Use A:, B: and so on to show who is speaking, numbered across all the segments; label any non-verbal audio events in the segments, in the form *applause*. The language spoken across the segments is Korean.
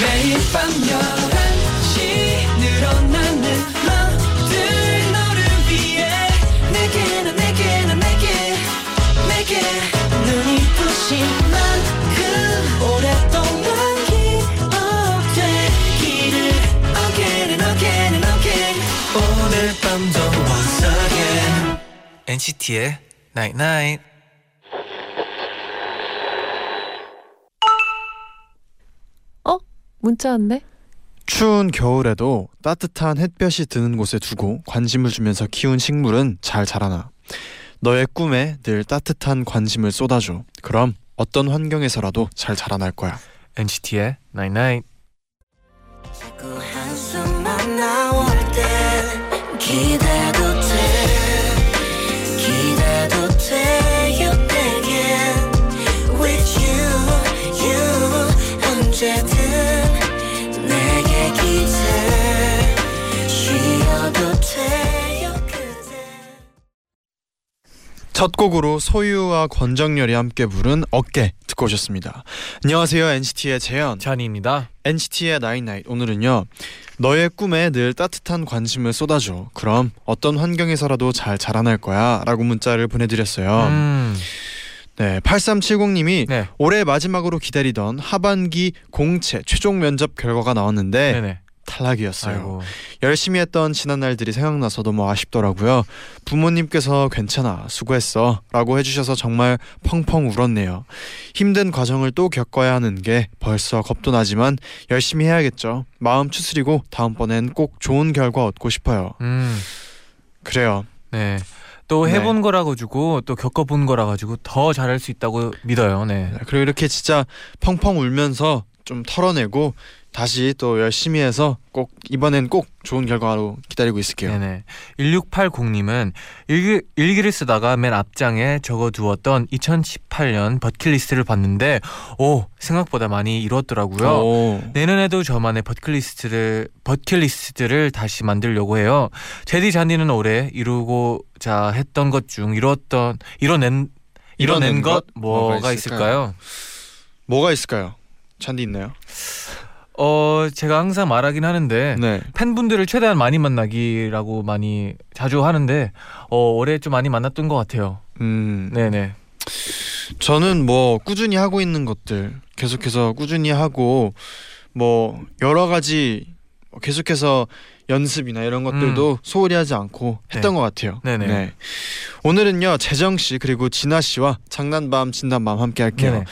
A: 매일 밤 11시 늘어나는 맘들 너를 위해 내게 난 내게 난 내게 내게 눈이 부신 만큼 오랫동안 기억되기를 Again and again and again 오늘 밤도 once again
B: NCT의 Night Night.
C: 어? 문자 왔네?
D: 추운 겨울에도 따뜻한 햇볕이 드는 곳에 두고 관심을 주면서 키운 식물은 잘 자라나. 너의 꿈에 늘 따뜻한 관심을 쏟아줘. 그럼 어떤 환경에서라도 잘 자라날 거야.
B: NCT의 Night Night.
A: 자꾸 한숨만 나올 땐 기대도 돼 기대도 돼 you again with you you 언제든 내게 기대 쉬어도 돼요 그대
D: 첫 곡으로 소유와 권정열이 함께 부른 어깨 듣고 오셨습니다. 안녕하세요 NCT의 재현,
B: 찬이입니다.
D: NCT의 나잇나잇 오늘은요 너의 꿈에 늘 따뜻한 관심을 쏟아줘. 그럼 어떤 환경에서라도 잘 자라날 거야라고 문자를 보내드렸어요.
B: 음.
D: 네, 8370님이
B: 네.
D: 올해 마지막으로 기다리던 하반기 공채 최종 면접 결과가 나왔는데
B: 네네.
D: 탈락이었어요.
B: 아이고.
D: 열심히 했던 지난 날들이 생각나서 너무 아쉽더라고요. 부모님께서 괜찮아, 수고했어라고 해주셔서 정말 펑펑 울었네요. 힘든 과정을 또 겪어야 하는 게 벌써 겁도 나지만 열심히 해야겠죠. 마음 추스리고 다음번엔 꼭 좋은 결과 얻고 싶어요.
B: 음.
D: 그래요.
B: 네. 또
D: 네.
B: 해본 거라 가지고 또 겪어본 거라 가지고 더 잘할 수 있다고 믿어요. 네.
D: 네, 그리고 이렇게 진짜 펑펑 울면서 좀 털어내고 다시 또 열심히 해서 꼭 이번엔 꼭 좋은 결과로 기다리고 있을게요.
B: 네네. 1680님은 일기, 일기를 쓰다가 맨 앞장에 적어두었던 2018년 버킷리스트를 봤는데 오 생각보다 많이 이뤘더라고요.
D: 오.
B: 내년에도 저만의 버킷리스트를 버킷리스트를 다시 만들려고 해요. 제디 잔디는 올해 이루고자 했던 것 중 이뤘던 이뤄낸 이뤄낸
D: 이뤄낸
B: 것
D: 것?
B: 뭐가
D: 뭐가
B: 있을까요?
D: 뭐가 있을까요? 잔디 있나요?
B: 어 제가 항상 말하긴 하는데
D: 네.
B: 팬분들을 최대한 많이 만나기라고 많이 자주 하는데 어 올해 좀 많이 만났던 것 같아요.
D: 음.
B: 네네.
D: 저는 뭐 꾸준히 하고 있는 것들 계속해서 꾸준히 하고 뭐 여러 가지 계속해서 연습이나 이런 것들도 소홀히 하지 않고
B: 음.
D: 했던
B: 네.
D: 것 같아요.
B: 네네.
D: 오늘은요 재정 씨 그리고 진아 씨와 장난밤 진단밤 함께 할게요.
B: 네네.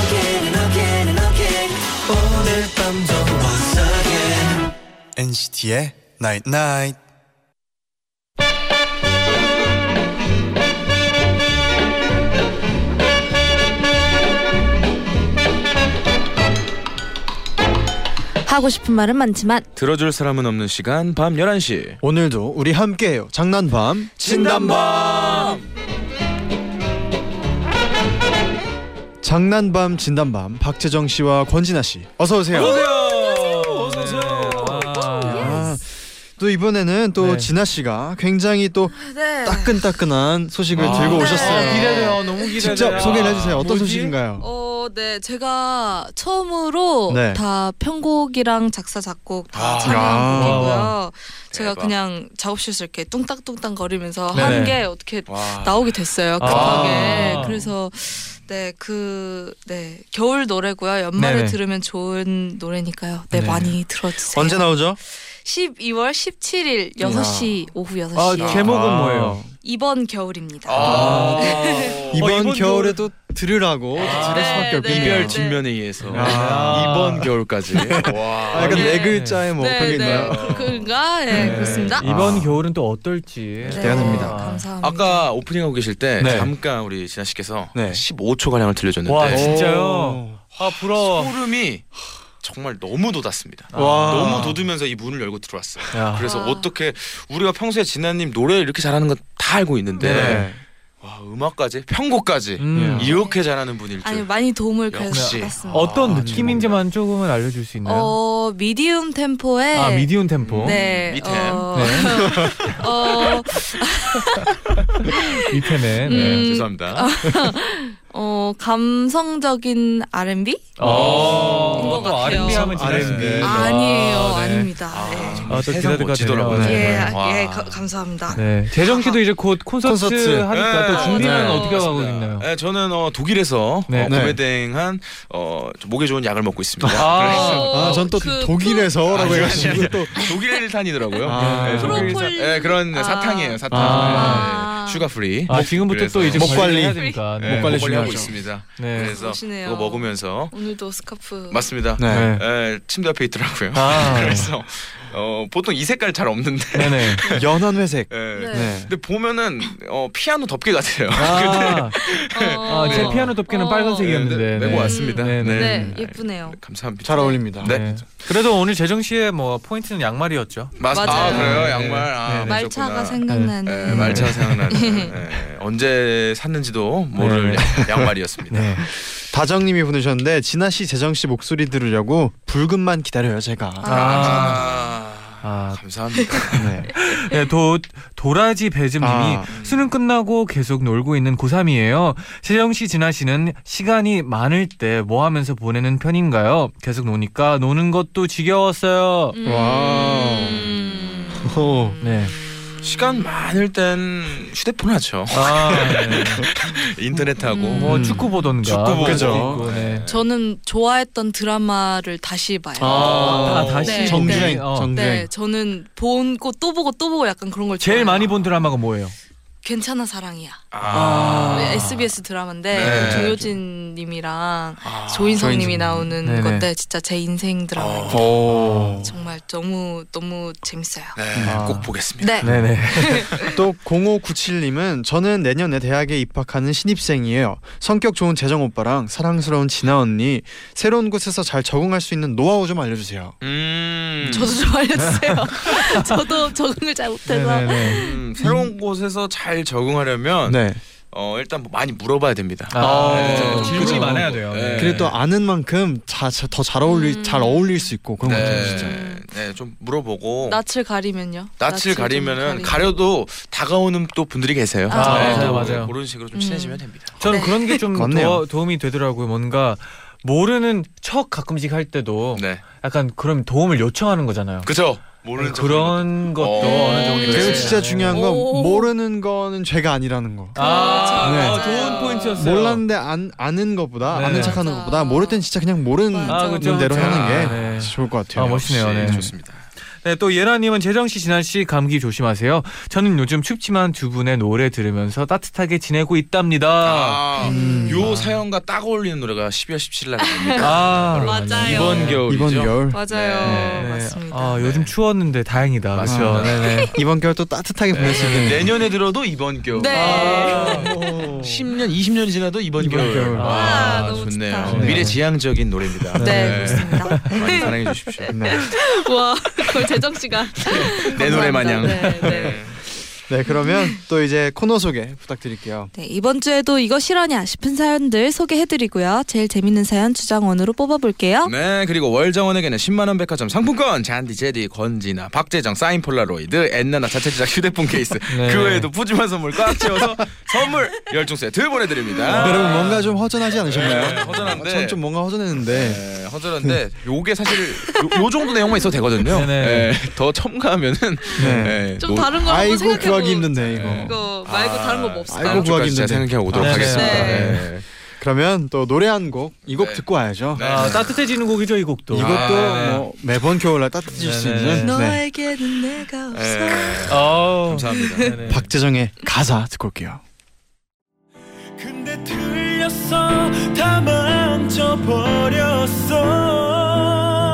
A: Again and again and again 오늘 밤도 once again
E: NCT의 Night Night.
F: 하고 싶은 말은 많지만
G: 들어줄 사람은 없는 시간 밤 11시
D: 오늘도 우리 함께해요. 장난밤
G: 진단밤
D: 장난밤 진단밤 박재정 씨와 권진아 씨 어서 오세요.
G: 어서 오세요.
D: 아, 또 이번에는 또
B: 네.
D: 진아 씨가 굉장히 또
F: 네.
D: 따끈따끈한 소식을
G: 아,
D: 들고
F: 네.
D: 오셨어요.
F: 아, 기대돼요.
B: 너무 기대돼요.
D: 직접 소개를 해주세요. 어떤
B: 뭐지?
D: 소식인가요?
F: 어, 네. 제가 처음으로
D: 네.
F: 다 편곡이랑 작사 작곡 다
G: 아,
D: 야.
F: 참여한 곡이고요. 제가
G: 대박.
F: 그냥 작업실에서 이렇게 뚱땅뚱땅 거리면서
B: 네네.
F: 한 게 어떻게
G: 와.
F: 나오게
D: 아.
F: 됐어요. 급하게.
B: 아.
F: 그래서 네, 그, 네, 겨울 노래고요. 연말에
B: 네네.
F: 들으면 좋은 노래니까요. 네,
B: 네.
F: 많이 들어주세요.
D: 언제 나오죠?
F: 12월 17일 6시, 오후 6시.
B: 아,
F: 에
B: 제목은 뭐예요?
F: 이번 겨울입니다.
G: 아.
D: 이번,
G: 이번
D: 겨울에도 들으라고
G: 아,
D: 들을
F: 네,
D: 수밖에
F: 네,
D: 없겠네요.
G: 이별
F: 네.
G: 진면에 의해서
D: 아.
G: 이번 겨울까지 와.
D: 아, 약간
F: 네.
D: 네 글자에 뭐 그런 게 있나요?
F: 그- 그런가? 네,
B: 네.
F: 그렇습니다.
B: 이번
D: 아.
B: 겨울은 또 어떨지
F: 네,
D: 기대가 됩니다.
F: 감사합니다.
G: 아까 오프닝 하고 계실 때
B: 네.
G: 잠깐 우리 진아 씨께서
D: 네.
G: 15초 가량을 들려줬는데
B: 와, 진짜요? 아 부러워.
G: 소름이 정말 너무 돋았습니다.
D: 와.
G: 너무 돋으면서 이 문을 열고 들어왔어요.
B: 야.
G: 그래서
F: 아.
G: 어떻게 우리가 평소에 진아님 노래 이렇게 잘하는 건 다 알고 있는데
D: 네.
G: 와 음악까지 편곡까지
B: 음.
G: 이렇게 잘하는 분일 줄.
F: 아니 많이 도움을
G: 역시.
F: 그래서 받았습니다.
B: 어떤
G: 아,
B: 느낌인지만 조금은 알려줄 수 있나요?
F: 어 미디움 템포에
B: 네. 아 미디움 템포.
F: 네.
G: 미템.
F: 어,
B: 네.
F: *laughs* 어,
B: 밑에는
G: 네,
F: 음.
B: 네.
F: 아,
G: 죄송합니다.
F: 어, 감성적인 R&B?
B: 어,
F: 인것 같아요.
B: R&B 하면 지나치네.
D: R&B.
F: 아, 아니에요.
D: 네.
F: 아닙니다.
B: 아, 또
G: 세상
B: 기대가
G: 멋지더라고요.
B: 되네요.
F: 예. 예,
G: 정말.
F: 아, 예,
G: 와.
F: 가- 감사합니다.
B: 네. 재정 씨도 이제 곧 콘서트,
D: 콘서트.
B: 하니까
G: 네.
B: 또 준비는
F: 네.
B: 어떻게 하고
G: 맞습니다.
B: 있나요?
G: 네, 저는 어, 독일에서
B: 네.
G: 어,
D: 네.
G: 고베댕한 어, 좀 목에 좋은 약을 먹고 있습니다.
B: 아.
D: 아, 전 또
F: 그 네.
D: 독일에서라고 해가지고 또
G: 그래서 독일산이더라고요.
D: 아.
G: 네, 독일산-
F: 프로폴리-
G: 네, 그런
F: 아.
G: 사탕이에요. 사탕.
B: 아.
G: 네, 슈가 프리.
B: 아, 지금부터 또 이제
D: 목 관리.
B: 해야 되니까.
G: 네,
B: 네.
D: 목 관리
G: 목걸이 하고
D: 중요하죠.
G: 있습니다.
B: 네.
G: 그래서
F: 멋지네요.
G: 그거 먹으면서
F: 오늘도 스카프.
G: 맞습니다.
D: 네.
B: 네.
G: 에, 침대 옆에 있더라고요.
B: 아.
G: *laughs* 그래서 어, 보통 이 색깔 잘 없는데.
B: 네네.
D: 연한 회색.
G: 에,
F: 네.
D: 네.
G: 근데 보면은 어, 피아노 덮개 같아요.
B: 아,
F: 어,
B: 아, 제
G: 네.
B: 피아노 덮개는
F: 어.
B: 빨간색이었는데.
G: 네, 메고 왔습니다.
B: 네, 네.
F: 네, 예쁘네요.
G: 감사합니다.
D: 잘 어울립니다.
G: 네.
B: 그래도 오늘 재정 씨의 뭐 포인트는 양말이었죠.
G: 맞, 맞아요. 아
F: 맞아요.
G: 그래요
B: 네.
G: 양말. 아,
B: 네.
F: 말차가
G: 그러셨구나.
F: 생각나는. 네.
G: 예, 말차 생각나는 예, 언제 샀는지도 모를 *laughs* 양말이었습니다.
B: 네.
D: 다정님이 보내셨는데 진아 씨, 재정 씨 목소리 들으려고 붉은만 기다려요 제가.
B: 아.
G: 아,
B: 아,
G: 감사합니다.
D: 네.
B: 네, 도 도라지 배즙님이
D: 아.
B: 수능 끝나고 계속 놀고 있는 고3이에요. 세정 씨, 진아 씨는 시간이 많을 때 뭐 하면서 보내는 편인가요? 계속 노니까 노는 것도 지겨웠어요.
F: 음.
D: 와우. 오.
B: 네.
G: 시간 많을 땐 휴대폰 하죠.
B: 아, 네.
G: 인터넷 하고.
F: 음.
B: 뭐
D: 음.
B: 축구 보던가.
G: 축구 보고.
D: 그죠.
B: 있고, 네.
F: 저는 좋아했던 드라마를 다시 봐요.
B: 아,
D: 아,
B: 다시
F: 네.
D: 정주행.
B: 네. 어.
F: 네,
D: 정주행.
F: 저는 본거또 보고 또 보고 약간 그런 걸
B: 제일
F: 좋아해요.
B: 많이 본 드라마가 뭐예요?
F: 괜찮아 사랑이야.
G: 아.
B: 아.
F: SBS 드라마인데
G: 네.
F: 조효진 님이랑
G: 아.
F: 조인성 님이
D: 조인성.
F: 나오는
B: 네네. 어.
F: 건데 진짜 제 인생 드라마. 요
D: 오.
F: 정말 너무 너무 재밌어요.
G: 네,
D: 아.
G: 꼭 보겠습니다.
F: 네.
B: 네네.
D: 또 0597님은 저는 내년에 대학에 입학하는 신입생이에요. 성격 좋은 재정 오빠랑 사랑스러운 진아 언니 새로운 곳에서 잘 적응할 수 있는 노하우 좀 알려주세요.
G: 음.
F: 저도 좀 알려주세요.
B: *laughs*
F: 저도 적응을 잘 못해서.
B: 네네네.
G: 음, 새로운 곳에서 잘 적응하려면
D: 네.
G: 어, 일단 뭐 많이 물어봐야 됩니다.
B: 아,
D: 네.
B: 그렇죠.
D: 네.
B: 질문이
D: 그렇죠.
B: 많아야 돼요.
G: 네.
D: 그래 또 아는 만큼 더잘 어울릴
F: 음.
D: 잘 어울릴 수 있고 그런 것 같아요
G: 네,
D: 진짜.
G: 네, 좀 물어보고
F: 낯을 가리면요.
G: 낯을
F: 좀
G: 가리면은
F: 가리면.
G: 가려도 다가오는 또 분들이 계세요.
F: 아,
G: 네,
F: 맞아요,
G: 또
B: 맞아요.
G: 그런 식으로 좀
F: 음.
G: 친해지면 됩니다.
B: 저는
F: 네.
B: 그런 게
D: *laughs*
B: 좀
D: 맞네요.
B: 도움이 되더라고요. 뭔가 모르는 척 가끔씩 할 때도
G: 네,
B: 약간 그럼 도움을 요청하는 거잖아요.
G: 그죠. 모르는 척
B: 그런 것도
G: 어.
B: 어느 정도
D: 그리고
B: 있어요.
D: 진짜 중요한 건
F: 오.
D: 모르는 거는 죄가 아니라는 거.
B: 아,
D: 네.
B: 어, 좋은 포인트였어요.
D: 몰랐는데 안, 아는 것보다
B: 네.
D: 아는 척하는
F: 맞아.
D: 것보다 모를 땐 진짜 그냥 모르는
F: 맞아. 아, 그쵸,
D: 대로
B: 그쵸.
D: 하는 게
B: 아, 네.
D: 좋을 것 같아요.
B: 아, 멋있- 멋있네요, 네.
G: 역시 좋습니다.
B: 네, 또 예나님은 재정 씨, 진한 씨 감기 조심하세요. 저는 요즘 춥지만 두 분의 노래 들으면서 따뜻하게 지내고 있답니다.
G: 아,
D: 음.
G: 요 사연과 딱 어울리는 노래가 12월 17일 날 나옵니다.
B: 아,
F: 맞아요. 네.
G: 이번 겨울이죠.
D: 이번 겨울
F: 맞아요.
G: 네.
B: 네.
F: 맞습니다.
B: 아, 요즘
G: 네.
B: 추웠는데 다행이다.
G: 맞습니다.
B: 그렇죠. 네네.
D: 아, 이번 겨울 또 따뜻하게 보낼 수 있는
G: 네, 내년에 들어도 이번 겨울.
F: 네.
D: 오.
G: 10년, 20년 지나도 이번,
D: 이번
G: 겨울. 아,
D: 겨울.
F: 와, 아, 너무
G: 좋네요.
F: 좋다.
B: 네.
G: 미래 지향적인 노래입니다.
F: 네,
B: *laughs*
F: 그렇습니다.
G: 많이 사랑해
F: *laughs*
G: 주십시오.
D: 네.
F: 와, 그걸 재정 씨가
G: 내 노래 마냥.
F: 네, 네.
D: 네 그러면 또 이제 코너 소개 부탁드릴게요.
F: 네, 이번 주에도 이거 실화냐 싶은 사연들 소개해드리고요. 제일 재밌는 사연 주장원으로 뽑아볼게요.
G: 네 그리고 월정원에게는 10만원 백화점 상품권 잔디 제디 건지나 박재정 사인 폴라로이드 엔나나 자체 제작 휴대폰 케이스
B: 네.
G: 그 외에도 푸짐한 선물 꽉 채워서 선물 열중 세트 보내드립니다
D: 네, 여러분 뭔가 좀 허전하지 않으셨나요?
G: 아. 네, 허전한데.
D: 전 좀 뭔가 허전했는데
G: 네, 허전한데 요게 사실 요, 요 정도 내용만 있어도 되거든요
B: 네네.
G: 네, 더 첨가하면은
D: 네.
G: 네,
F: 좀
G: 노-
F: 다른 거 한번
D: 아이고
F: 생각해보.
D: 구하기 힘든데 이거.
G: 네.
F: 이거 말고
G: 아,
F: 다른 거 뭐 없어요?
D: 아이고, 구하기
G: 진짜
D: 힘든데.
G: 생각해 보도록
B: 아,
G: 하겠습니다
F: 네네.
G: 네.
D: 그러면 또 노래 한 곡 이 곡
G: 네.
D: 듣고 와야죠.
G: 네.
B: 아, 따뜻해지는 곡이죠, 이 곡도.
D: 이것도
G: 아,
D: 뭐 매번 겨울날 따뜻해질 수
B: 네네.
D: 있는 네.
F: 너에게는 내가 없어.
G: 네.
B: 어.
G: 감사합니다
B: 네네.
D: 박재정의 가사 듣고 올게요.
A: 근데 틀렸어 다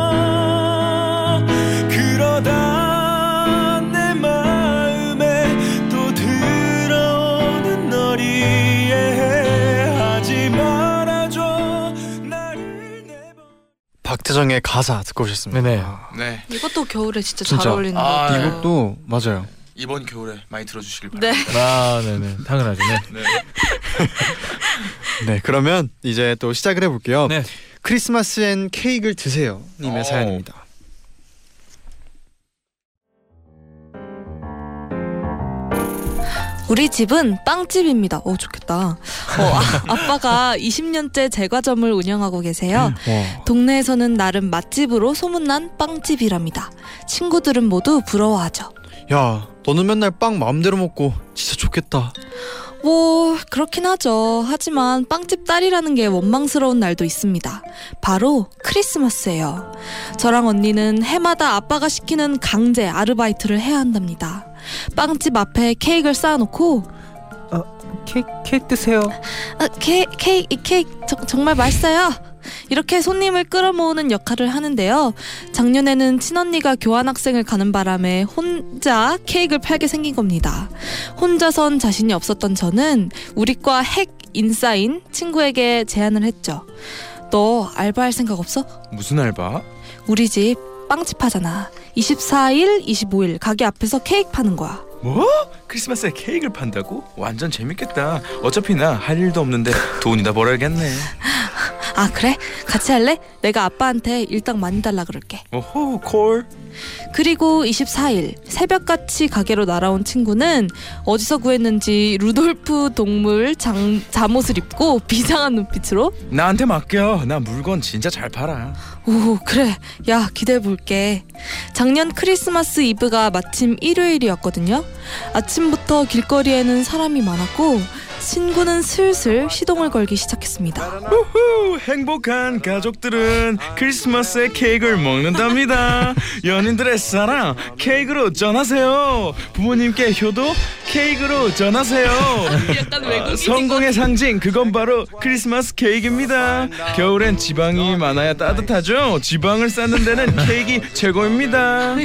A: 망쳐버렸어 그러다 내 마음에 또 들어오는 널 이해하지 말아줘 나를 내버
D: 박재정의 가사 듣고 오셨습니다.
B: 네네.
D: 아,
G: 네
F: 이것도 겨울에 진짜, 잘
D: 진짜.
F: 어울리는 것
B: 네.
G: 아,
F: 같아요.
D: 이 곡도 맞아요.
G: 이번 겨울에 많이 들어주시길
F: 네.
G: 바랍니다
B: 아, 네네. 당연하죠. 네.
G: 네.
D: 네 그러면 이제 또 시작을 해볼게요.
B: 네. 어.
D: 크리스마스엔 케이크를 드세요 님의
G: 오.
D: 사연입니다.
F: 우리 우리 집은 빵집입니다. 오 좋겠다. 어, 아, 아빠가 20년째 제과점을 운영하고 계세요.
D: 음. 와.
F: 동네에서는 나름 맛집으로 소문난 빵집이랍니다. 친구들은 모두 부러워하죠.
D: 야, 너는 맨날 빵 마음대로 먹고 진짜 좋겠다.
F: 뭐 그렇긴 하죠. 하지만 빵집 딸이라는 게 원망스러운 날도 있습니다. 바로 크리스마스예요. 저랑 언니는 해마다 아빠가 시키는 강제 아르바이트를 해야 한답니다. 빵집 앞에 케이크를 쌓아놓고
B: 어, 케이크, 케이크 드세요.
F: 아, 케, 케이크 이 케이크 저- 정말 맛있어요. 이렇게 손님을 끌어모으는 역할을 하는데요. 작년에는 친언니가 교환학생을 가는 바람에 혼자 케이크를 팔게 생긴 겁니다. 혼자선 자신이 없었던 저는 우리과 핵 인싸인 친구에게 제안을 했죠. 너 알바할 생각 없어?
G: 무슨 알바?
F: 우리 집 빵집 하잖아. 24일, 25일 가게 앞에서 케이크 파는 거야.
G: 뭐? 크리스마스에 케이크를 판다고? 완전 재밌겠다. 어차피 나 할 일도 없는데 돈이나 벌어야겠네.
F: 아 그래? 같이 할래? 내가 아빠한테 일당 많이 달라 그럴게.
G: 오호 콜.
F: 그리고 24일 새벽같이 가게로 날아온 친구는 어디서 구했는지 루돌프 동물 장, 잠옷을 입고 *laughs* 비장한 눈빛으로
G: 나한테 맡겨. 나 물건 진짜 잘 팔아.
F: 오 그래 야 기대해 볼게 작년 크리스마스 이브가 마침 일요일이었거든요 아침부터 길거리에는 사람이 많았고 친구는 슬슬 시동을 걸기 시작했습니다
G: 후, 행복한 가족들은 크리스마스에 케이크를 먹는답니다. 연인들의 사랑 케이크로 전하세요. 부모님께 효도 케이크로 전하세요.
F: 약간
G: 아, 성공의 상징 그건 바로 크리스마스 케이크입니다. 겨울엔 지방이 많아야 따뜻하죠. 지방을 쌓는 데는 케이크 최고입니다.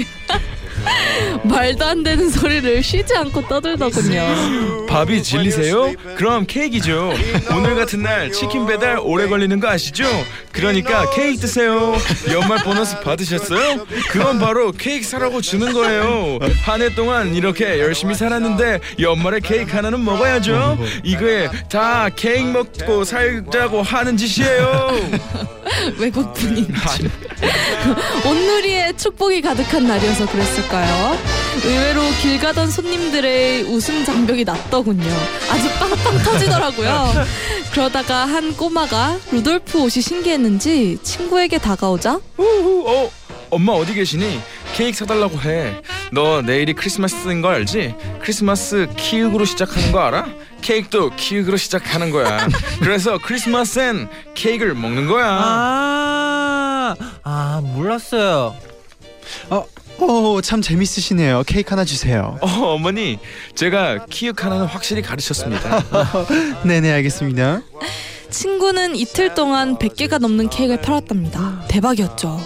F: 말도 안 되는 소리를 쉬지 않고 떠들더군요
G: 밥이 질리세요? 그럼 케이크죠. 오늘 같은 날 치킨 배달 오래 걸리는 거 아시죠? 그러니까 케이크 드세요. 연말 보너스 받으셨어요? 그건 바로 케이크 사라고 주는 거예요. 한 해 동안 이렇게 열심히 살았는데 연말에 케이크 하나는 먹어야죠. 이거에 다 케이크 먹고 살자고 하는 짓이에요.
F: 외국 분인 줄. 온누리에 축복이 가득한 날이어서 그랬을까요? 의외로 길 가던 손님들의 웃음 장벽이 낮더군요. 아주 빵빵 터지더라고요. 그러다가 한 꼬마가 루돌프 옷이 신기했는지 친구에게 다가오자
G: 우후, 어, 엄마 어디 계시니? 케이크 사달라고 해. 너 내일이 크리스마스인 거 알지? 크리스마스 키읔으로 시작하는 거 알아? 케이크도 키읔으로 시작하는 *laughs* 거야. 그래서 크리스마스엔 케이크를 먹는 거야.
B: 아, 아 몰랐어요.
D: 오, 어, 참 재밌으시네요. 케이크 하나 주세요.
G: 어, 어머니, 제가 키읔 하나는 확실히 가르쳤습니다.
D: 네네, 알겠습니다.
F: 친구는 이틀 동안 100개가 넘는 케이크를 팔았답니다. 대박이었죠.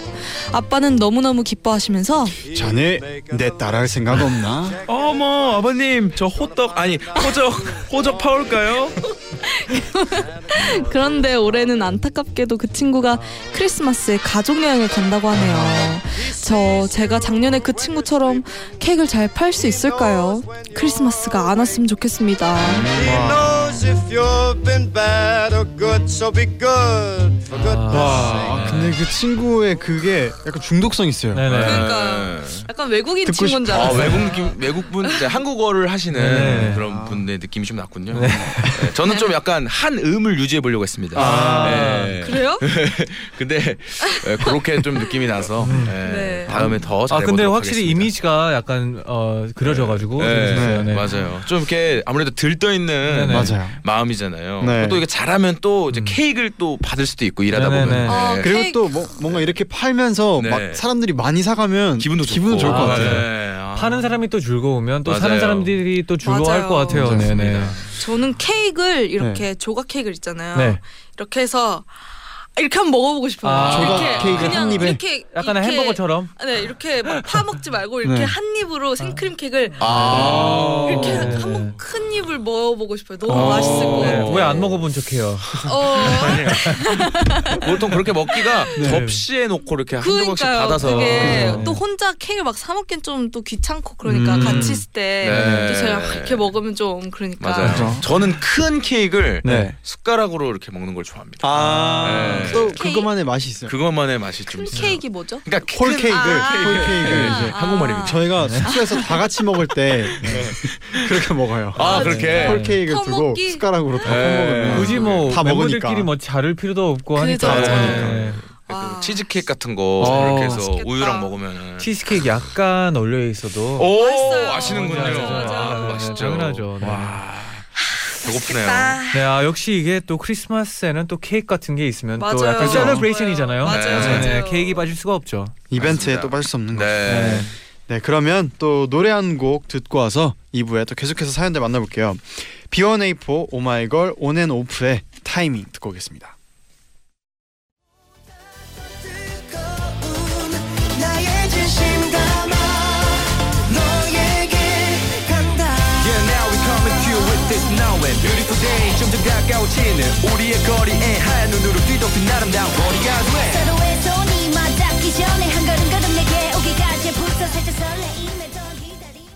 F: 아빠는 너무너무 기뻐하시면서
D: 자네, 내 따라할 생각 없나?
G: *laughs* 어머, 아버님, 저 호떡 아니 호적 호적 파올까요?
F: 그런데 올해는 안타깝게도 그 친구가 크리스마스에 가족 여행을 간다고 하네요. 저 제가 작년에 그 친구처럼 케이크를 잘 팔 수 있을까요? 크리스마스가 안 왔으면 좋겠습니다.
E: knows if you've been bad or good, so be good. For goodness sake.
D: 와, 근데 그 친구의 그게 약간 중독성 있어요.
B: 네네.
F: 그러니까 약간 외국인
D: 듣고
F: 친구인 줄
G: 아,
F: 알았어요.
G: 외국 느낌 외국분 이제 한국어를 하시는
B: 네.
G: 그런 분의 느낌이 좀 났군요. 네, 저는 좀 약간 한 음을 유지해 보려고 했습니다.
B: 아.
G: 네.
F: 그래요?
G: 근데 예, 그렇게 좀 느낌이 나서 예,
F: 네.
G: 다음에 더
B: 아
G: 잘해
B: 근데 확실히 이미지가 약간 어 그려져가지고
G: 네,
B: 재밌었어요. 네.
G: 맞아요. 좀 이렇게 아무래도 들떠 있는
B: 네네.
D: 맞아요.
G: 마음이잖아요.
D: 네.
G: 또 이게 잘하면 또 이제
B: 음.
G: 케이크를 또 받을 수도 있고 일하다
B: 네네네.
G: 보면
F: 어,
G: 예.
F: 그-
D: 그리고
F: 케이크.
D: 또 뭐, 뭔가 이렇게 팔면서
G: 네.
D: 막 사람들이 많이 사가면
G: 기분도 좋고.
D: 좋을 것
B: 아,
D: 같아요.
G: 네. 아.
B: 파는 사람이 또 즐거우면 또 사는
G: 맞아요.
B: 사람들이 또 즐거워할
F: 맞아요.
B: 것 같아요.
G: 맞습니다.
B: 네네.
F: 저는 케이크를 이렇게
D: 네.
F: 조각 케이크를 있잖아요.
B: 네.
F: 이렇게 해서 이렇게 한번 먹어보고 싶어요.
B: 아,
D: 조각 케이크를
F: 그냥
D: 한 입에?
F: 이렇게
B: 약간
F: 이렇게,
B: 햄버거처럼.
F: 네 이렇게 막 파먹지 말고 이렇게
D: 네.
F: 한 입으로 생크림 케이크를
G: 아.
F: 이렇게
B: 네.
F: 한번 큰 입을 먹어보고 싶어요. 너무
G: 어.
F: 맛있을 것
B: 네,
F: 같아요.
G: 어.
B: 왜안 먹어본 척해요?
F: 어,
G: 보통 그렇게 먹기가
D: 네.
G: 접시에 놓고 이렇게 한 조각씩
F: 그러니까요.
G: 받아서
F: 그게
B: 네.
F: 또 혼자 케이크를 막 사 먹긴 좀 또 귀찮고 그러니까
B: 음.
F: 같이 있을 때
G: 네.
F: 또 제가 이렇게 먹으면 좀 그러니까
G: 맞아요.
D: 그죠?
G: 저는 큰 케이크를
B: 네.
G: 숟가락으로 이렇게 먹는 걸 좋아합니다.
D: 아,
G: 네. 네.
D: 또
F: 케이크?
D: 그것만의 맛이 있어요.
G: 그것만의 맛이 좀
F: 큰
G: 있어요.
F: 케이크 뭐죠?
G: 그러니까 키-
D: 홀 네, 케이크,
F: 아,
D: 홀 케이크를
F: 아,
D: 이제 뭐
F: 아.
G: 한국말입니다.
D: 저희가 숙소에서 다 같이 먹을 때 *laughs* 그렇게 먹어요.
G: 아, 그렇게.
D: 홀 케이크를 두고
F: 퍼먹기?
D: 숟가락으로 다
G: 네.
D: 퍼먹으면
B: 굳이 뭐
D: 다
B: 멤버들끼리
D: 먹으니까.
B: 뭐 자를 필요도 없고
F: 그죠,
B: 하니까
G: 그죠.
B: 네.
F: 와.
G: 아, 그 치즈 케이크 같은 거
B: 어.
G: 이렇게 해서
F: 맛있겠다.
G: 우유랑 먹으면
B: 치즈케이크 약간 얼려 있어도 네,
G: 오
F: 맛있어요.
G: 아시는군요.
F: 맞아, 맞아.
G: 아, 그거 맛있죠.
B: 당연하죠. 네.
G: 와 배고프네요.
F: 맛있겠다.
B: 네, 아 역시 이게 또 크리스마스에는 또 케이크 같은 게 있으면 또
F: 맞아요.
B: 약간
G: 그죠.
B: 셀러브레이션이잖아요.
F: 맞아요,
B: 네, 네,
F: 맞아요.
B: 케이크 빠질 수가 없죠.
D: 이벤트에
G: 맞습니다.
D: 또 빠질 수 없는 거죠.
G: 네.
D: 네, 그러면 또 노래 한 곡 듣고 와서 2부에 또 계속해서 사연들 만나볼게요. B1A4 오마이걸 온앤오프의 타이밍 듣고 오겠습니다.
A: 뜨거운 나의 진심 담아 너에게 간다
H: Yeah, now we coming to you with this now and beautiful day. 점점 가까워지는 우리의 거리에 하얀 눈으로 뒤덮인 아름다운 거리가 돼.
I: 서로의 손이 맞닿기 전에 한 걸음 걸음 내게 오기까지 부터 살짝 설레임에 더 기다림에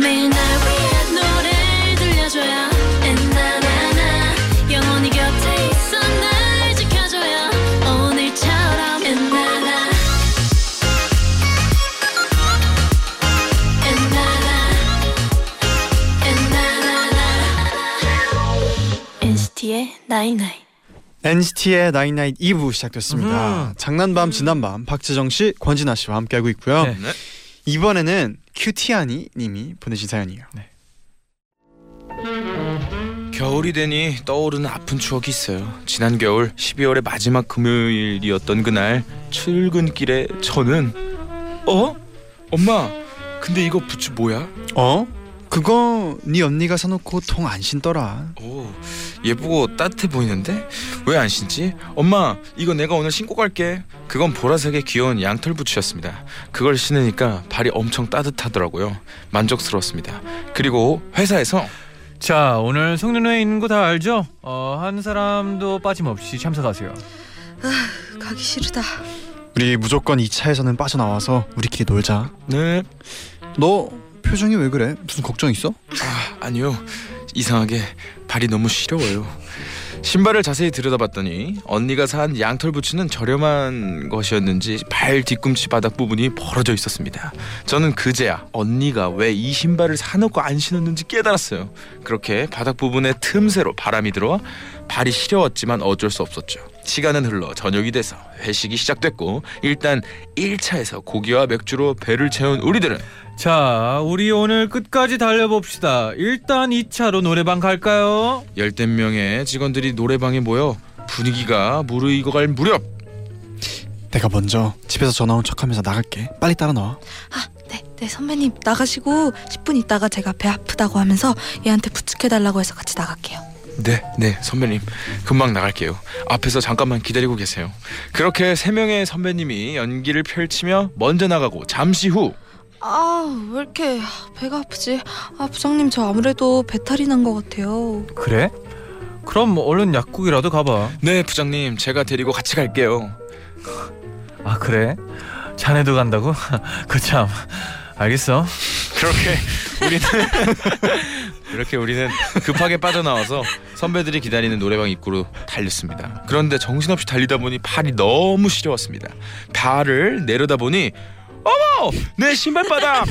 I: 매일 날 위한 노래를 들려줘요 엔나나나 영원히 곁에 있어 날 지켜줘요 오늘처럼 엔나나 엔나나 엔나나나 NCT의 나이나이
D: NCT의 나인나잇 2부 시작됐습니다.
B: 음.
D: 장난밤 지난밤 박재정 씨, 권진아 씨와 함께하고 있고요.
B: 네.
G: 네.
D: 이번에는 큐티아니 님이 보내신 사연이에요.
B: 네.
G: 겨울이 되니 떠오르는 아픈 추억이 있어요. 지난 겨울 12월의 마지막 금요일이었던 그날 출근길에 저는 어? 엄마, 근데 이거 부츠 뭐야?
D: 어? 그거 네 언니가 사놓고 통 안 신더라.
G: 오, 예쁘고 따뜻해 보이는데 왜 안 신지? 엄마, 이거 내가 오늘 신고 갈게. 그건 보라색의 귀여운 양털 부츠였습니다. 그걸 신으니까 발이 엄청 따뜻하더라고요. 만족스러웠습니다. 그리고 회사에서
B: 자, 오늘 송년회 있는 거 다 알죠? 어, 한 사람도 빠짐없이 참석하세요.
F: 가기 싫다.
D: 우리 무조건 이 차에서는 빠져나와서 우리끼리 놀자.
G: 네,
D: 너 표정이 왜 그래? 무슨 걱정 있어?
G: 아, 아니요. 이상하게 발이 너무 시려워요. 신발을 자세히 들여다봤더니 언니가 산 양털 부츠는 저렴한 것이었는지 발 뒤꿈치 바닥 부분이 벌어져 있었습니다. 저는 그제야 언니가 왜 이 신발을 사놓고 안 신었는지 깨달았어요. 그렇게 바닥 부분에 틈새로 바람이 들어와 발이 시려웠지만 어쩔 수 없었죠. 시간은 흘러 저녁이 돼서 회식이 시작됐고 일단 1차에서 고기와 맥주로 배를 채운 우리들은
B: 자, 우리 오늘 끝까지 달려봅시다. 일단 2차로 노래방 갈까요?
G: 열댓 명의 직원들이 노래방에 모여 분위기가 무르익어갈 무렵
D: 내가 먼저 집에서 전화 온 척하면서 나갈게. 빨리 따라 나와.
F: 네, 네 선배님 나가시고 10분 있다가 제가 배 아프다고 하면서 얘한테 부축해달라고 해서 같이 나갈게요.
G: 네, 네, 선배님. 금방 나갈게요. 앞에서 잠깐만 기다리고 계세요. 그렇게 세 명의 선배님이 연기를 펼치며 먼저 나가고 잠시 후
F: 아 왜 이렇게 배가 아프지? 아 부장님 저 아무래도 배탈이 난 것 같아요.
B: 그래? 그럼 뭐 얼른 약국이라도 가봐.
G: 네, 부장님. 제가 데리고 같이 갈게요.
B: 아, 그래? 자네도 간다고? *laughs* 그 참. 알겠어.
G: 그렇게 우리는 *laughs* 그렇게 우리는 급하게 빠져나와서 선배들이 기다리는 노래방 입구로 달렸습니다. 그런데 정신없이 달리다 보니 발이 너무 시려웠습니다. 발을 내려다 보니 어머 내 신발 바닥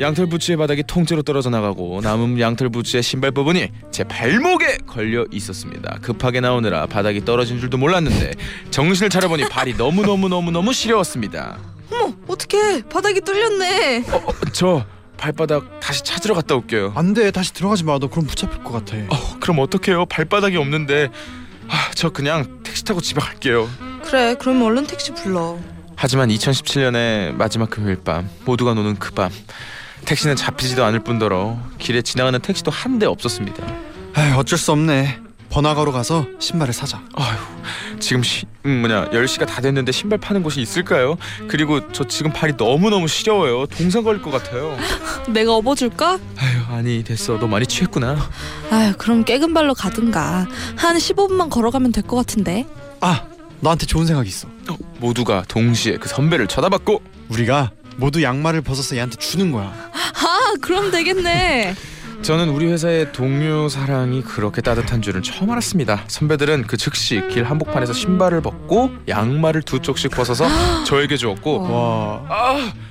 G: 양털 부츠의 바닥이 통째로 떨어져 나가고 남은 양털 부츠의 신발 부분이 제 발목에 걸려 있었습니다. 급하게 나오느라 바닥이 떨어진 줄도 몰랐는데 정신을 차려보니 발이 너무 너무 너무 너무 시려웠습니다. 어,
F: 어머 어떡해 바닥이 뚫렸네.
G: 저 발바닥 다시 찾으러 갔다 올게요.
D: 안 돼. 다시 들어가지 마. 너 그럼 붙잡힐 것 같아.
G: 어, 그럼 어떡해요? 발바닥이 없는데. 아, 저 그냥 택시 타고 집에 갈게요.
F: 그래 그러면 얼른 택시 불러.
G: 하지만 2017년의 마지막 금요일 밤 모두가 노는 그 밤 택시는 잡히지도 않을 뿐더러 길에 지나가는 택시도 한 대 없었습니다.
D: 에휴, 어쩔 수 없네. 번화가로 가서 신발을 사자.
G: 지금 시, 음, 뭐냐 10시가 다 됐는데 신발 파는 곳이 있을까요? 그리고 저 지금 발이 너무너무 시려워요. 동상 걸릴 것 같아요.
F: 내가 업어줄까?
G: 아휴 아니 됐어. 너 많이 취했구나.
F: 아유 그럼 깨근 발로 가든가 한 15분만 걸어가면 될 것 같은데.
D: 아, 나한테 좋은 생각이 있어.
G: 어, 모두가 동시에 그 선배를 쳐다봤고
D: 우리가 모두 양말을 벗어서 얘한테 주는 거야.
F: 아 그럼 되겠네.
G: 저는 우리 회사의 동료 사랑이 그렇게 따뜻한 줄은 처음 알았습니다. 선배들은 그 즉시 길 한복판에서 신발을 벗고 양말을 두 쪽씩 벗어서 저에게 주었고
D: 와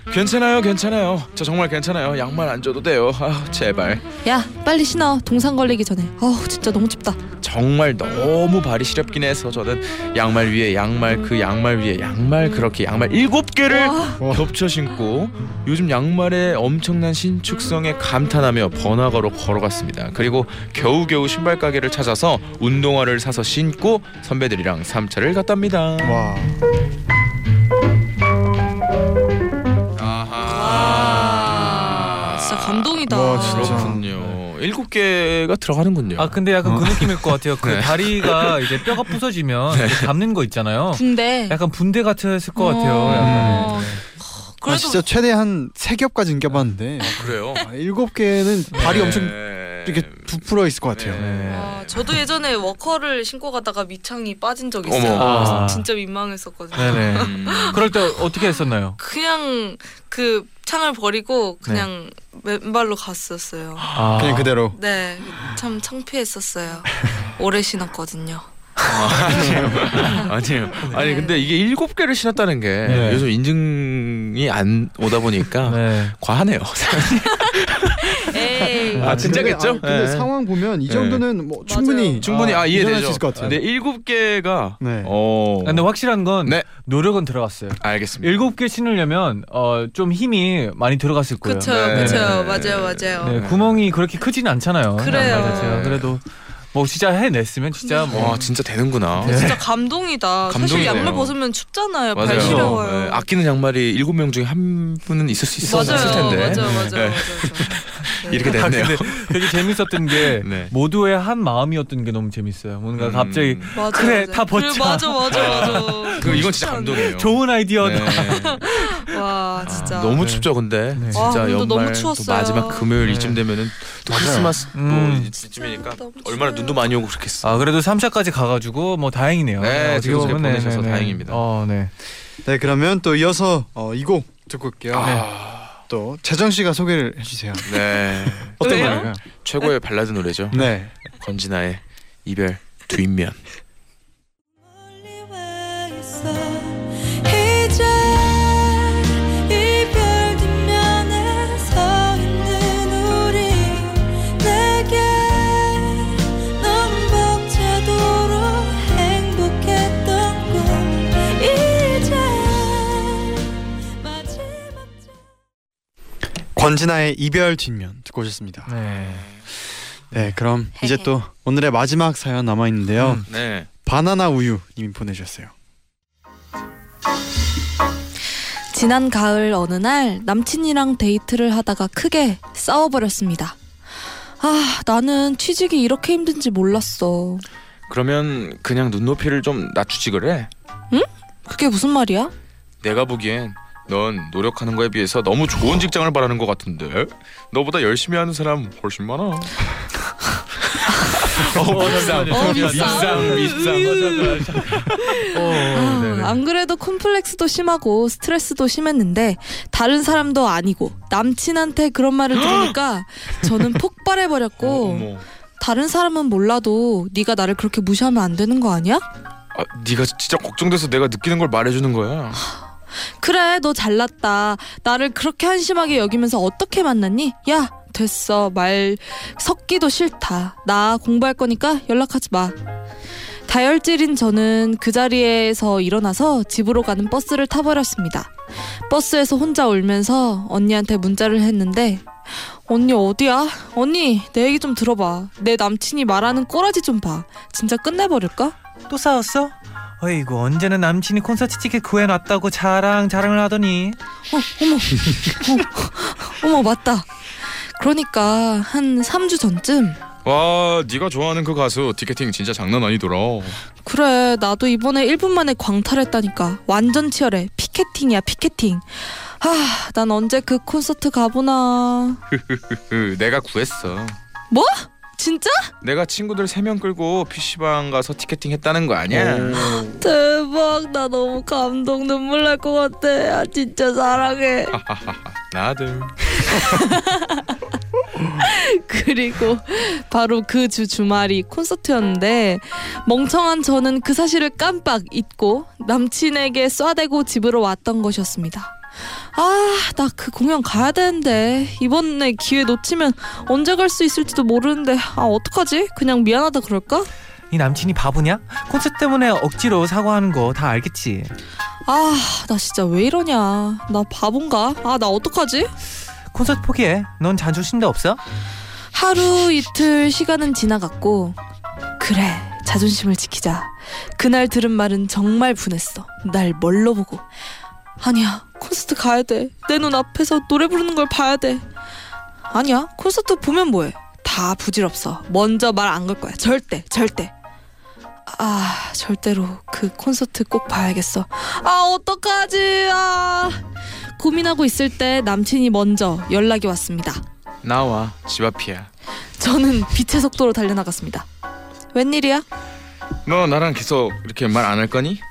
G: 아 괜찮아요 괜찮아요 저 정말 괜찮아요 양말 안 줘도 돼요 아 제발
F: 야 빨리 신어 동상 걸리기 전에 어우 진짜 너무 춥다
G: 정말 너무 발이 시렵긴 해서 저는 양말 위에 양말 그 양말 위에 양말 그렇게 양말 일곱 개를
F: 와,
G: 겹쳐 신고 요즘 양말의 엄청난 신축성에 감탄하며 번화가로 걸어갔습니다. 그리고 겨우겨우 신발 가게를 찾아서 운동화를 사서 신고 선배들이랑 삼차를 갔답니다.
D: 와.
F: 와,
B: 아,
F: 진짜 감동이다
B: 뭐
D: 와, 진짜. 네.
G: 그렇군요. 일곱 개가 들어가는군요.
B: 아 근데 약간 그 느낌일 것 같아요. *laughs* 그
G: 네.
B: 다리가 이제 뼈가 부서지면 이렇게 감는 거 있잖아요.
F: 군대
B: 약간 분대 같았을 것 같아요.
F: 네. 어.
B: 약간.
G: 음.
D: 아,
F: 그래도
D: 진짜 최대한 세 겹까지는 껴봤는데
G: 그래요.
D: 아, 일곱 개는 발이 엄청
G: 네.
D: 이렇게 부풀어 있을 것 같아요.
G: 네.
F: 아, 저도 예전에 워커를 신고 가다가 밑창이 빠진 적이 있어요
G: 어머.
B: 아.
F: 그래서 진짜 민망했었거든요
B: 네네.
G: *laughs* 음.
B: 그럴 때 어떻게 했었나요?
F: 그냥 그 창을 버리고 그냥
G: 네.
F: 맨발로 갔었어요
B: 아,
D: 그냥 그대로.
F: 네 참 창피했었어요 오래 신었거든요
G: 어, *laughs* 아니에요. 아니 근데 이게 일곱 개를 신었다는 게
B: 네.
G: 요즘 인증이 안 오다 보니까
B: 네.
G: 과하네요.
F: 에이
G: 아, 진짜겠죠?
D: 근데, 아, 근데
G: 네.
D: 상황 보면 이
G: 네.
D: 정도는 뭐 충분히
G: 충분히 아
D: 인정할
G: 이해되죠.
D: 수 있을 것 같아요.
G: 근데 일곱 개가
D: 네.
G: 어.
B: 근데 확실한 건
G: 네.
B: 노력은 들어갔어요.
G: 알겠습니다.
B: 일곱 개 신으려면 어, 좀 힘이 많이 들어갔을 거예요.
F: 그쵸
G: 네.
F: 그쵸
G: 네. 네.
F: 맞아요 맞아요
B: 네, 구멍이 그렇게 크진 않잖아요. 네,
F: 그래요. 네.
B: 양말 자체가. 그래도 뭐 진짜 해냈으면 진짜 뭐
G: 와 진짜
B: 네.
G: 되는구나.
F: 진짜 감동이다. 사실
G: 감동이네요.
F: 양말 벗으면 춥잖아요. 발
G: 맞아요.
F: 시려워요.
G: 네, 아끼는 양말이 일곱 명 중에 한 분은 있을 수 있었을
F: 맞아요.
G: 텐데
F: 맞아요. 맞아요.
G: 네.
F: 맞아요. 네.
G: *laughs* 이렇게 됐네요.
B: 아, 근데 되게 재밌었던 게
G: *laughs* 네.
B: 모두의 한 마음이었던 게 너무 재밌어요. 뭔가 갑자기
G: 음.
F: 맞아,
B: 그래,
F: 맞아.
B: 다 벗자.
F: 그래, 맞아 맞아 맞아.
G: 그 이건 진짜 감동이에요.
B: 좋은 아이디어다.
G: 네.
F: 와 진짜.
G: 아, 너무
B: 네.
G: 춥죠 근데
B: 네.
F: 와,
G: 진짜
F: 근데
G: 연말
F: 너무
G: 또
F: 추웠어요.
G: 마지막 금요일이쯤
B: 네.
G: 되면은 또 크리스마스
B: *laughs*
G: 또
B: 음.
G: 이쯤이니까
F: 너무
G: 얼마나
F: 추워요.
G: 눈도 많이 오고 그렇겠어.
B: 아 그래도 3차까지 가가지고 뭐 다행이네요.
G: 네,
B: 어떻게
G: 즐겁게
B: 보면 네,
G: 보내셔서
B: 네, 네.
G: 다행입니다.
B: 어, 네.
D: 네 그러면 또 이어서 어, 이 곡 듣고 올게요.
G: 아.
D: 네. 또 재정 씨가 소개를 해주세요.
G: 네
D: 어떤
F: 왜요?
D: 노래가요?
G: *laughs* 최고의 발라드 노래죠.
D: 네.
G: 권진아의 이별 뒷면.
A: 멀리 와 있어 이제 이별 뒷면에 서 있는 우리 내게 넌 벅차도록 행복했던 꿈 이제 마지막
D: 권진아의 이별 뒷면 듣고 오셨습니다.
B: 네.
D: 네 그럼 이제 또 오늘의 마지막 사연 남아 있는데요.
B: 음.
G: 네.
D: 바나나 우유 님이 보내주셨어요.
F: 지난 가을 어느 날 남친이랑 데이트를 하다가 크게 싸워버렸습니다. 아 나는 취직이 이렇게 힘든지 몰랐어.
G: 그러면 그냥 눈높이를 좀 낮추지 그래.
F: 그게 무슨 말이야?
G: 내가 보기엔 넌 노력하는 거에 비해서 너무 좋은 직장을 바라는 것 같은데 너보다 열심히 하는 사람 훨씬 *laughs* 많아. 어, 밉상,
F: 어,
G: 밉상, 밉상. 어,
F: 아,
G: 네.
F: 안 그래도 콤플렉스도 심하고 스트레스도 심했는데 다른 사람도 아니고 남친한테 그런 말을 들으니까 저는 폭발해 버렸고
G: 어머.
F: 다른 사람은 몰라도 네가 나를 그렇게 무시하면 안 되는 거 아니야?
G: 아, 네가 진짜 걱정돼서 내가 느끼는 걸 말해주는 거야.
F: 그래 너 잘났다 나를 그렇게 한심하게 여기면서 어떻게 만났니? 야 됐어 말 섞기도 싫다 나 공부할 거니까 연락하지 마 다혈질인 저는 그 자리에서 일어나서 집으로 가는 버스를 타버렸습니다 버스에서 혼자 울면서 언니한테 문자를 했는데 언니 어디야? 언니 내 얘기 좀 들어봐 내 남친이 말하는 꼬라지 좀 봐 진짜 끝내버릴까?
B: 또 싸웠어? 어이구 언제는 남친이 콘서트 티켓 구해놨다고 자랑 자랑을 하더니
F: 어, 어머. 어, 어머, 맞다. 그러니까 한 3주 전쯤
G: 와, 네가 좋아하는 그 가수 티켓팅 진짜 장난 아니더라.
F: 그래 나도 이번에 1분 만에 광탈했다니까 완전 치열해 피케팅이야 피케팅 아난 언제 그 콘서트 가보나
G: 으, 그 내가 구했어.
F: 뭐? 진짜?
G: 내가 친구들 세 명 끌고 PC방 가서 티켓팅 했다는 거 아니야?
F: 대박 나 너무 감동 눈물 날 것 같아 아 진짜 사랑해
G: 나들.
F: *laughs* 그리고 바로 그 주 주말이 콘서트였는데 멍청한 저는 그 사실을 깜빡 잊고 남친에게 쏴대고 집으로 왔던 것이었습니다. 아, 나 그 공연 가야 되는데 이번에 기회 놓치면 언제 갈 수 있을지도 모르는데 아 어떡하지? 그냥 미안하다 그럴까?
B: 이 남친이 바보냐? 콘서트 때문에 억지로 사과하는 거 다 알겠지.
F: 아, 나 진짜 왜 이러냐? 나 바본가? 아, 나 어떡하지?
B: 콘서트 포기해. 넌 자존심도 없어?
F: 하루 이틀 시간은 지나갔고 그래 자존심을 지키자 그날 들은 말은 정말 분했어 날 멀로 보고 아니야 콘서트 가야 돼 내 눈 앞에서 노래 부르는 걸 봐야 돼 아니야 콘서트 보면 뭐해 다 부질없어 먼저 말 안 걸 거야 절대 절대 아 절대로 그 콘서트 꼭 봐야겠어 아 어떡하지 아 고민하고 있을 때 남친이 먼저 연락이 왔습니다
G: 나와 집 앞이야.
F: 저는 빛의 속도로 달려나갔습니다. 웬일이야?
G: 너 나랑 계속 이렇게 말 안 할 거니?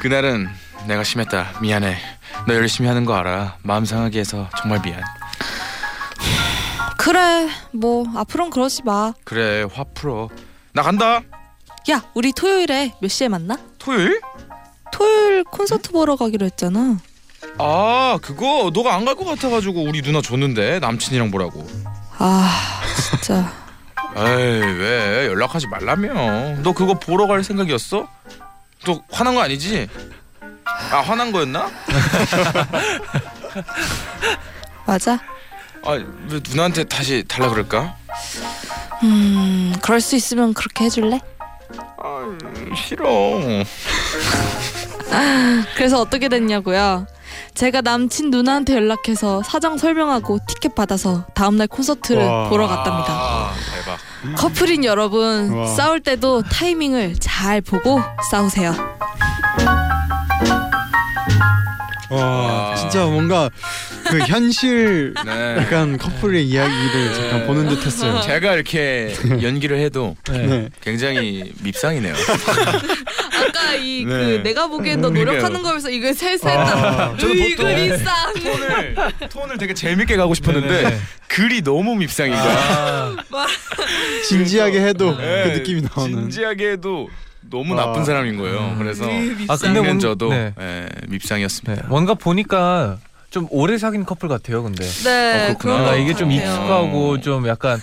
G: 그날은 내가 심했다. 미안해. 너 열심히 하는 거 알아. 마음 상하게 해서 정말 미안.
F: 그래, 뭐 앞으론 그러지 마.
G: 그래 화 풀어. 나 간다.
F: 야, 우리 토요일에 몇 시에 만나?
G: 토요일?
F: 토요일 콘서트 보러 가기로 했잖아.
G: 아 그거 너가 안 갈 것 같아가지고 우리 누나 줬는데 남친이랑 보라고.
F: 아, 진짜. *laughs*
G: 에이 왜 연락하지 말라며. 너 그거 보러 갈 생각이었어? 너 화난 거 아니지? 아 화난 거였나?
F: 맞아?
G: 아 왜 누나한테 다시 달라 그럴까?
F: 음, 그럴 수 있으면 그렇게 해줄래?
G: 아 싫어.
F: 그래서 어떻게 됐냐고요? 제가 남친 누나한테 연락해서 사정 설명하고 티켓 받아서 다음날 콘서트를
D: 와.
F: 보러 갔답니다.
G: 아 대박.
F: 커플인 여러분,
D: 와.
F: 싸울 때도 타이밍을 잘 보고 싸우세요.
D: 와 진짜 뭔가 그 현실
G: 네.
D: 약간 커플의 이야기를 잠깐 보는 듯했어요.
G: 제가 이렇게 연기를 해도
D: 네.
G: 굉장히 밉상이네요.
F: 아까 이 그
G: 네.
F: 내가 보기엔 너 노력하는 거면서 이거
G: 아,
F: 세세다 의글이 쌍
G: 톤을 톤을 되게 재밌게 가고 싶었는데
B: 네,
G: 글이 너무 밉상인 거야.
D: 진지하게 해도
G: 네.
D: 그 느낌이 나오는.
G: 진지하게 해도 너무
D: 아.
G: 나쁜 사람인 거예요. 그래서
B: 아
G: 근데 오늘 저도
B: 네.
G: 예,
B: 네.
G: 밉상이었습니다.
B: 뭔가 보니까 좀 오래 사귄 커플 같아요. 근데
F: 네
G: 어, 그렇구나.
F: 그런
B: 뭔가
F: 것
B: 이게 좀
F: 같아요.
B: 익숙하고
G: 어.
B: 좀 약간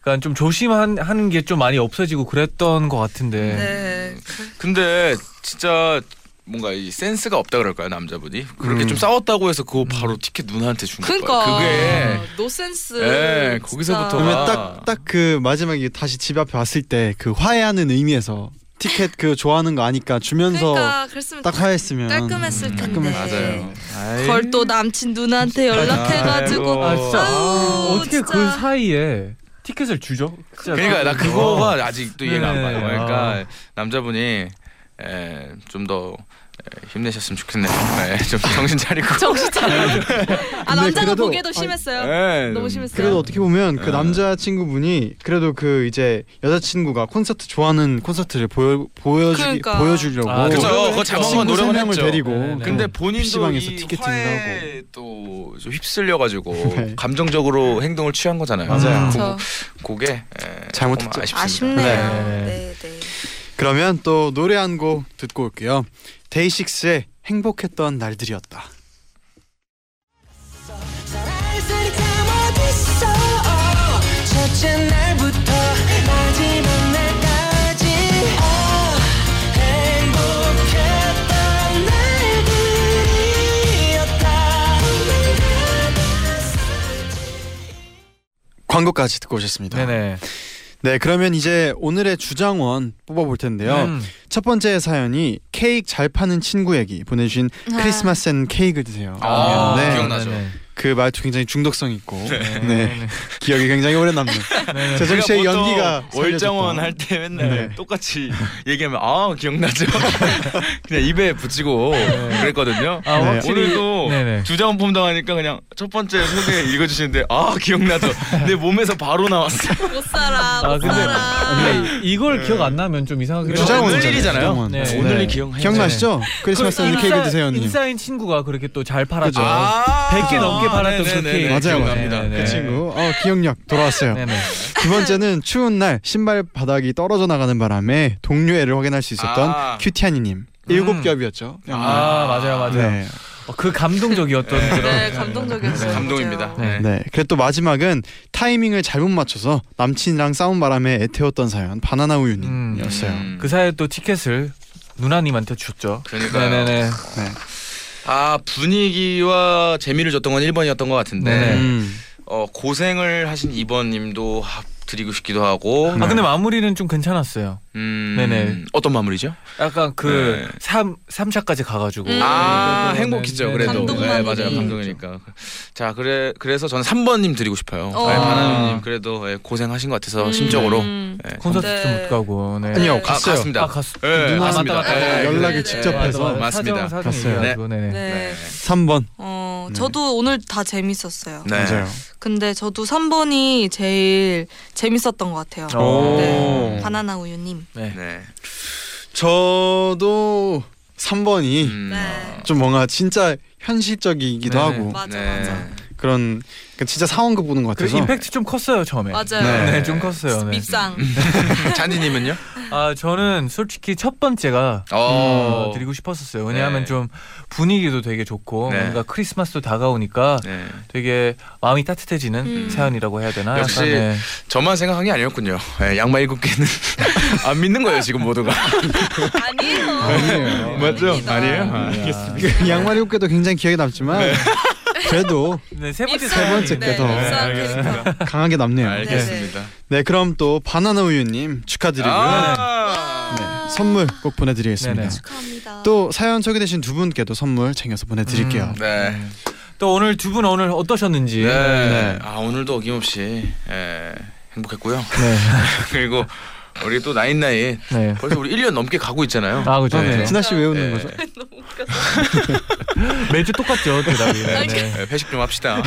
B: 약간 좀 조심하는 게 좀 많이 없어지고 그랬던 것 같은데.
F: 네
G: 근데 진짜 뭔가 이 센스가 없다 그럴까요 남자분이 그렇게
D: 음.
G: 좀 싸웠다고 해서 그거 바로 티켓 누나한테 준
F: 그러니까
G: 거예요. 그게
F: 노센스
G: 예, 거기서부터.
F: 진짜.
D: 그러면 딱 딱 그 마지막에 다시 집 앞에 왔을 때 그 화해하는 의미에서 티켓 그 좋아하는 거 아니까 주면서
F: 그러니까 그랬으면
D: 딱 화해했으면
F: 깔끔했을 텐데 네.
G: 맞아요. 아이.
F: 그걸 또 남친 누나한테 연락해가지고
B: 아 진짜
F: 아우,
B: 어떻게 그
F: 진짜.
B: 사이에 티켓을 주죠? 진짜
G: 그러니까 나 그거가 아직도 이해가 안
B: 네.
G: 가요.
D: 아.
G: 그러니까 남자분이 예, 좀 더 예, 힘내셨으면 좋겠네요. 예, 좀 정신 차리고.
F: 정신 차려 아 남자가
D: 그래도-
F: 보기에도
D: 아니,
F: 심했어요
G: 예,
F: 너무
G: 좀-
F: 심했어요.
D: 그래도 어떻게 보면 그
G: 네.
D: 남자 친구분이 그래도 그 이제 여자 친구가 콘서트 좋아하는 콘서트를 보여 보여주
F: 그러니까.
D: 보여주려고
B: 아, 그쵸.
G: 그거 그러니까 자막만
D: 친구
G: 노력은
D: 세 명을
G: 했죠.
D: 데리고
B: 네, 네.
G: 근데 본인도
D: PC방에서
G: 이
D: 티켓팅을
G: 화에 또좀 휩쓸려가지고
D: *laughs* 네.
G: 감정적으로 행동을 취한 거잖아요.
D: 맞아요.
G: 그-
F: 저
G: 그게 예,
D: 잘못했죠.
G: 조금 아쉽습니다.
F: 아쉽네요
B: 네.
F: 네, 네.
D: 그러면 또 노래 한 곡 듣고 올게요. 데이식스의 행복했던 날들이었다.
A: 사랑의 소리가 어딨어 첫째 날부터 마지막 날까지 아, 행복했던 날들이었다
D: 광고까지 듣고 오셨습니다.
B: 네네.
D: 네, 그러면 이제 오늘의 주장원 뽑아볼 텐데요.
B: 음.
D: 첫 번째 사연이 케이크 잘 파는 친구 얘기 보내주신 크리스마스엔 케이크 드세요.
G: 아,
D: 네,
G: 기억나. 기억나죠.
B: 네네.
D: 그 말투 굉장히 중독성 있고 네.
B: 네.
D: 기억이 굉장히 오래 남는
B: 네네.
D: 재정
G: 제가
D: 씨의
G: 보통
D: 연기가
G: 월정원
D: 살려줬던.
G: 할 때 맨날
D: 네.
G: 똑같이 얘기하면 아 기억나죠? *laughs* 그냥 입에 붙이고 그랬거든요.
B: 아,
D: 네.
B: 확실히-
G: 오늘도
B: 네네.
G: 주자원 폼 당하니까 그냥 첫 번째 소개 읽어주시는데 아 기억나죠? 내 몸에서 바로 나왔어.
F: 못 살아 못
B: 아 근데,
F: 살아
B: 근데 이걸 기억 안 나면 좀 이상하긴 해요.
D: 네. 주장원
G: 오늘 일이잖아요.
D: 주장원.
B: 네.
D: 네.
G: 오늘 기억해.
D: 기억나시죠? 크리스마스엔
B: 그 인싸-
D: 케이크 드세요님.
B: 인싸인 친구가 그렇게 또 잘 팔았죠.
D: 그죠.
G: 아,
B: 100개 넘게 팔았던 그
G: 네네네.
B: 케이크.
D: 맞아요.
G: 기억납니다.
B: 네네네.
D: 그 친구. 어, 어, 기억력 돌아왔어요.
B: 네네.
D: 두 번째는 추운 날 신발 바닥이 떨어져 나가는 바람에 동료애를 확인할 수 있었던
G: 아.
D: 큐티아니님 일곱 겹이었죠.
B: 아 맞아요 맞아요.
D: 네.
B: 어, 그 감동적이었던 그런.
F: 네, 감동적이었어요.
G: 감동입니다.
B: 네.
D: 네. 그리고 또 마지막은 타이밍을 잘못 맞춰서 남친이랑 싸운 바람에 애태웠던 사연 바나나
B: 음.
D: 우유님이었어요.
G: 음,
B: 그 사이에 또 티켓을 누나님한테 줬죠.
G: 그러니까요.
B: 네네네.
G: 아 분위기와 재미를 줬던 건 1번이었던 것 같은데
B: 네네.
D: 음.
G: 어, 고생을 하신 2번님도 드리고 싶기도 하고
B: 아
D: 네.
B: 근데 마무리는 좀 괜찮았어요.
G: 음,
B: 네네.
G: 어떤 마무리죠?
B: 약간 그
G: 네.
B: 삼 3, 샤까지 가가지고.
F: 음.
G: 아
B: 네, 네,
G: 행복했죠
B: 네.
G: 그래도
F: 감동
G: 네,
F: 마무리.
G: 맞아요 감동이니까 자 그래 그래서 저는 3번님 드리고 싶어요
F: 어.
G: 네, 바나나님 그래도 예, 고생하신 것 같아서 심적으로
F: 음.
G: 네,
B: 콘서트
F: 네.
B: 못 가고. 네.
D: 아니요
F: 네.
G: 아,
D: 갔어요.
G: 갔습니다
B: 아 갔어.
G: 예,
D: 누나
G: 맞습니다.
D: 맞다, 맞다.
G: 예,
D: 연락이
G: 예,
D: 직접
G: 맞아,
D: 해서.
G: 맞아. 맞습니다.
B: 네, 사정, 사정
D: 갔어요.
B: 얘기해가지고, 네네.
F: 네.
D: 3번
F: 어,
D: 네.
F: 저도 오늘 다 재밌었어요.
G: 네.
D: 맞아요.
F: 근데 저도 3번이 제일 재밌었던 것 같아요.
B: 어. 오.
F: 네. 바나나 우유님.
B: 네.
G: 네.
D: 저도 3번이
G: 음,
F: 네.
D: 좀 뭔가 진짜 현실적이기도
B: 네네.
D: 하고
F: 맞아,
G: 네.
F: 맞아.
D: 그런 그러니까 진짜 상황극 보는 것
B: 그
D: 같아서
B: 임팩트 좀 컸어요 처음에.
F: 맞아요.
B: 네,
G: 네.
B: 좀 컸어요. 네.
F: 밉상.
G: *laughs* 잔디님은요?
B: 아 저는 솔직히 첫 번째가
G: 어.
B: 어, 드리고 싶었었어요. 왜냐하면
G: 네.
B: 좀 분위기도 되게 좋고
G: 네.
B: 뭔가 크리스마스도 다가오니까
G: 네.
B: 되게 마음이 따뜻해지는
F: 음.
B: 사연이라고 해야 되나?
G: 역시
B: 약간, 네.
G: 저만 생각한 게 아니었군요. 예, 양말 일곱 개는 *laughs* 안 믿는 거예요 지금 모두가.
F: 아니에요.
G: 네.
F: 맞죠? 아니에요?
G: 아,
D: 그 양말 입고도 굉장히 기억에 남지만
G: 네.
D: 그래도
B: 네, 세 번째
F: 밉상.
D: 번째
F: 네,
D: 께서.
F: 밉상
G: 네,
F: 캐릭터. *laughs*
D: 강하게 남네요.
G: 알겠습니다.
D: 네 그럼 또 바나나 우유님 축하드리고요.
G: 아~
D: 네, 선물 꼭 보내드리겠습니다.
B: 네네.
F: 축하합니다.
D: 또 사연 소개되신 두 분께도 선물 챙겨서 보내드릴게요.
B: 음.
G: 네.
B: 또 오늘 두 분 오늘 어떠셨는지.
G: 네.
B: 네.
G: 아 오늘도 어김없이 예, 행복했고요.
B: 네.
G: *laughs* 그리고 우리 또 나인나인
B: 네.
G: 벌써 우리 1년 넘게 가고 있잖아요.
B: 아 그죠.
G: 네.
B: 그죠.
D: 진아 씨 왜 웃는
G: 네.
D: 거죠?
B: 매주 똑같죠 대답이. 네. 네.
G: 예, 회식 좀 합시다.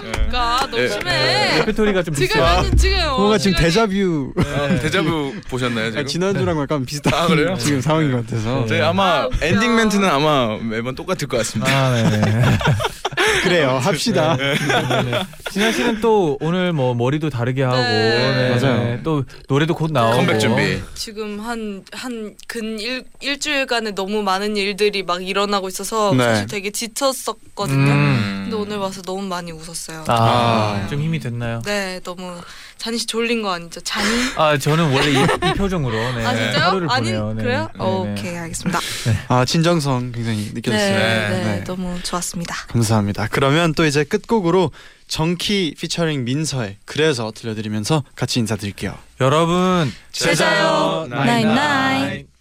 F: 그러니까 너무
G: 예.
F: 심해.
B: 레퍼토리가 좀
F: 지금
B: 비싸.
F: 아니 지금
G: 어,
D: 뭔가 지금 데자뷰
G: 아, 데자뷰 보셨나요 지금?
D: 아, 지난주랑 약간 비슷한
G: 아, 그래요?
D: 지금 상황인 것
B: 어.
D: 같아서
G: 저희 아마
F: 아, 웃겨.
G: 엔딩 멘트는 아마 매번 똑같을 것 같습니다.
B: 아, 네. 네.
D: *laughs* 그래요
G: 네,
D: 합시다
B: 진아 씨는 또 오늘 뭐 머리도 다르게 하고
F: 네.
D: 맞아요.
B: 또 노래도 곧 나오고
G: 컴백 준비.
F: 지금 한 한 근 일주일간에 너무 많은 일들이 막 일어나고 있어서
D: 네.
F: 사실 되게 지쳤었거든요.
B: 음.
F: 근데 오늘 와서 너무 많이 웃었어요.
B: 아,
G: 아.
B: 좀 힘이 됐나요?
F: 네, 너무 잔이 씨 졸린 거 아니죠? 잔이?
B: 아 저는 원래 이, 이 표정으로 네,
F: 아 진짜요?
B: 하루를
F: 아니
B: 보내요. 네.
F: 그래요?
B: 네, 네.
F: 오케이 알겠습니다.
D: 아 진정성 굉장히
F: 네,
D: 느껴졌어요.
F: 네,
D: 네.
F: 너무 좋았습니다.
D: 감사합니다. 그러면 또 이제 끝곡으로 정키 피처링 민서의 그래서 들려드리면서 같이 인사드릴게요.
B: 여러분
F: 제자요, 나잇나잇.